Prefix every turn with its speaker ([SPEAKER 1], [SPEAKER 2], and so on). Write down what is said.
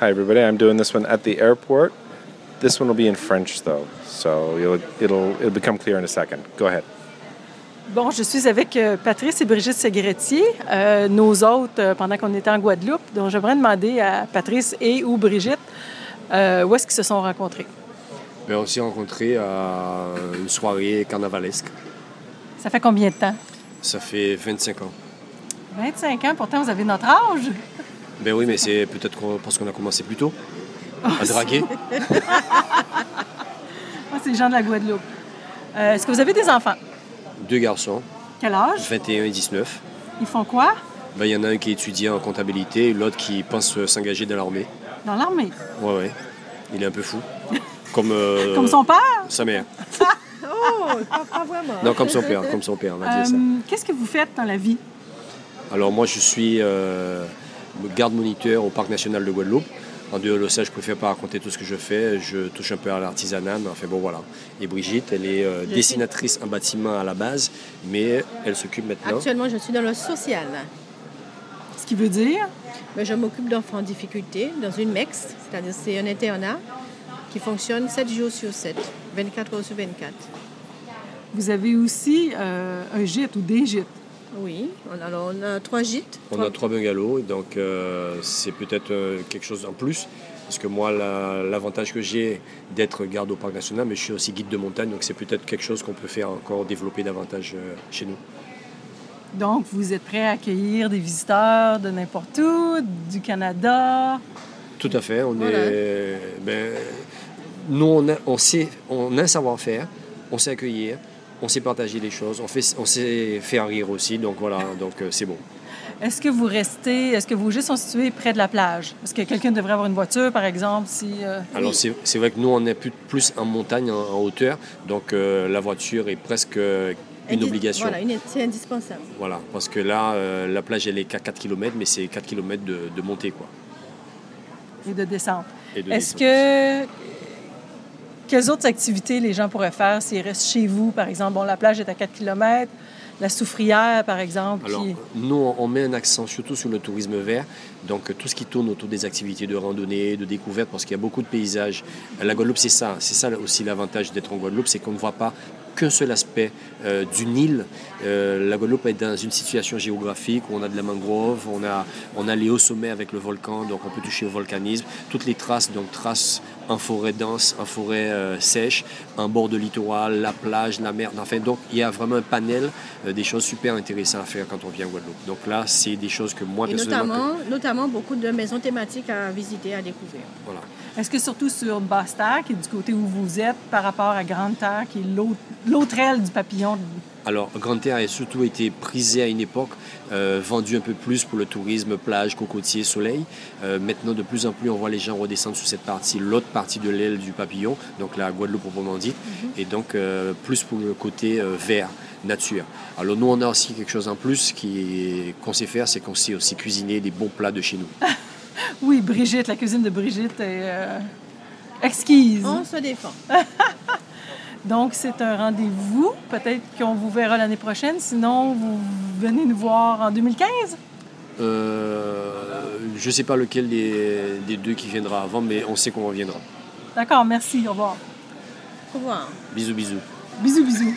[SPEAKER 1] Hi, everybody. I'm doing this one at the airport. This one will be in French, though, so it'll, it'll, it'll become clear in a second. Go ahead.
[SPEAKER 2] Bon, je suis avec euh, Patrice et Brigitte Ségretier, euh, nos hôtes euh, pendant qu'on était en Guadeloupe. Donc, j'aimerais demander à Patrice et ou Brigitte euh, où est-ce qu'ils se sont rencontrés.
[SPEAKER 3] Ben, on s'est rencontrés à une soirée carnavalesque.
[SPEAKER 2] Ça fait combien de temps?
[SPEAKER 3] Ça fait 25 ans.
[SPEAKER 2] 25 ans, pourtant, vous avez notre âge.
[SPEAKER 3] Ben oui, mais c'est peut-être qu'on- parce qu'on a commencé plus tôt
[SPEAKER 2] Ah,
[SPEAKER 3] à draguer.
[SPEAKER 2] Moi, c'est les gens de la Guadeloupe. Euh, est-ce que vous avez des enfants?
[SPEAKER 3] Deux garçons,
[SPEAKER 2] Quel âge?
[SPEAKER 3] 21 et 19.
[SPEAKER 2] Ils font quoi?
[SPEAKER 3] Ben, Il y en a un qui étudie en comptabilité, et l'autre qui pense euh, s'engager dans l'armée.
[SPEAKER 2] Dans l'armée.
[SPEAKER 3] Ouais, ouais. Il est un peu fou. Comme, euh,
[SPEAKER 2] Comme son père?
[SPEAKER 3] sa mère.
[SPEAKER 2] Oh, pas vraiment. Euh,
[SPEAKER 3] Non, comme son père, comme son père, on va dire ça.
[SPEAKER 2] Qu'est-ce que vous faites dans la vie?
[SPEAKER 3] Alors moi je suis euh, garde moniteur au Parc national de Guadeloupe. En dehors de ça, je préfère pas raconter tout ce que je fais. Je touche un peu à l'artisanat, mais enfin bon voilà. Et Brigitte, elle est euh, dessinatrice en bâtiment à la base, mais elle s'occupe maintenant.
[SPEAKER 4] Actuellement, je suis dans le social.
[SPEAKER 2] Ce qui veut dire?
[SPEAKER 4] Mais je m'occupe d'enfants en difficulté dans une MEX, c'est-à-dire c'est un internat qui fonctionne 7 jours sur 7, 24 heures sur 24.
[SPEAKER 2] Vous avez aussi euh, un gîte ou des gîtes.
[SPEAKER 4] Oui, on, alors on a trois gîtes.
[SPEAKER 3] On a trois bungalows, donc euh, c'est peut-être euh, quelque chose en plus. Parce que moi, la- l'avantage que j'ai d'être garde au Parc national, mais je suis aussi guide de montagne, donc c'est peut-être quelque chose qu'on peut faire encore développer davantage euh, chez nous.
[SPEAKER 2] Donc, vous êtes prêt à accueillir des visiteurs de n'importe où, du Canada.
[SPEAKER 3] Tout à fait. On
[SPEAKER 4] Voilà.
[SPEAKER 3] est, ben, nous, on a, on sait, on a un savoir-faire, on sait accueillir, on sait partager les choses, on, fait, on sait faire rire aussi. Donc voilà, donc euh, c'est bon.
[SPEAKER 2] Est-ce que vous restez, est-ce que vos gîtes sont situés près de la plage? Est-ce que quelqu'un devrait avoir une voiture, par exemple, si... euh,
[SPEAKER 3] Alors c'est- c'est vrai que nous, on est plus, plus en montagne, en, en hauteur, donc euh, la voiture est presque euh, une
[SPEAKER 4] Indi-
[SPEAKER 3] obligation.
[SPEAKER 4] Voilà, une- c'est indispensable.
[SPEAKER 3] Voilà, parce que là, euh, la plage, elle est qu'à 4 km, mais c'est 4 km de, de montée, quoi.
[SPEAKER 2] et de descente?
[SPEAKER 3] et de
[SPEAKER 2] Est-ce
[SPEAKER 3] descente.
[SPEAKER 2] que... Quelles autres activités les gens pourraient faire s'ils restent chez vous, par exemple? Bon, la plage est à 4 km, la soufrière, par exemple,
[SPEAKER 3] Alors,
[SPEAKER 2] qui-
[SPEAKER 3] nous, on- on met un accent surtout sur le tourisme vert, donc euh, tout ce qui tourne autour des activités de randonnée, de découverte, parce qu'il y a beaucoup de paysages. Euh, La Guadeloupe, c'est ça, c'est ça aussi l'avantage d'être en Guadeloupe, c'est qu'on ne voit pas qu'un seul aspect euh, d'une île. Euh, la Guadeloupe est dans une situation géographique où on a de la mangrove, on a, on a les hauts sommets avec le volcan, donc on peut toucher au volcanisme. Toutes les traces, donc traces en forêt dense, en forêt euh, sèche, en bord de littoral, la plage, la mer. Enfin, donc il y a vraiment un panel euh, des choses super intéressantes à faire quand on vient en Guadeloupe. Donc là, c'est des choses que moi,
[SPEAKER 4] Et
[SPEAKER 3] personnellement...
[SPEAKER 4] notamment, notamment beaucoup de maisons thématiques à visiter, à découvrir.
[SPEAKER 3] que- voilà.
[SPEAKER 2] Est-ce que surtout sur Basse-Terre, qui est du côté où vous êtes, par rapport à Grande-Terre, qui est l'autre- l'autre aile du papillon?
[SPEAKER 3] Alors, Grande Terre a surtout été prisée à une époque, euh, vendue un peu plus pour le tourisme, plage, cocotier, soleil. Euh, maintenant, de plus en plus, on voit les gens redescendre sur cette partie, l'autre partie de l'aile du papillon, donc la Guadeloupe proprement dite, et donc euh, plus pour le côté euh, vert, nature. Alors, nous, on a aussi quelque chose en plus qui- qu'on sait faire, c'est qu'on sait aussi cuisiner des bons plats de chez nous.
[SPEAKER 2] Oui, Brigitte, la cuisine de Brigitte est euh,
[SPEAKER 3] Mmh.
[SPEAKER 2] exquise.
[SPEAKER 4] On se défend.
[SPEAKER 2] Donc, c'est un rendez-vous. Peut-être qu'on vous verra l'année prochaine. Sinon, vous venez nous voir en 2015.
[SPEAKER 3] Euh, je ne sais pas lequel des, des deux qui viendra avant, mais on sait qu'on reviendra.
[SPEAKER 2] D'accord, merci. Au revoir.
[SPEAKER 4] Au revoir.
[SPEAKER 3] Bisous, bisous.
[SPEAKER 2] Bisous, bisous.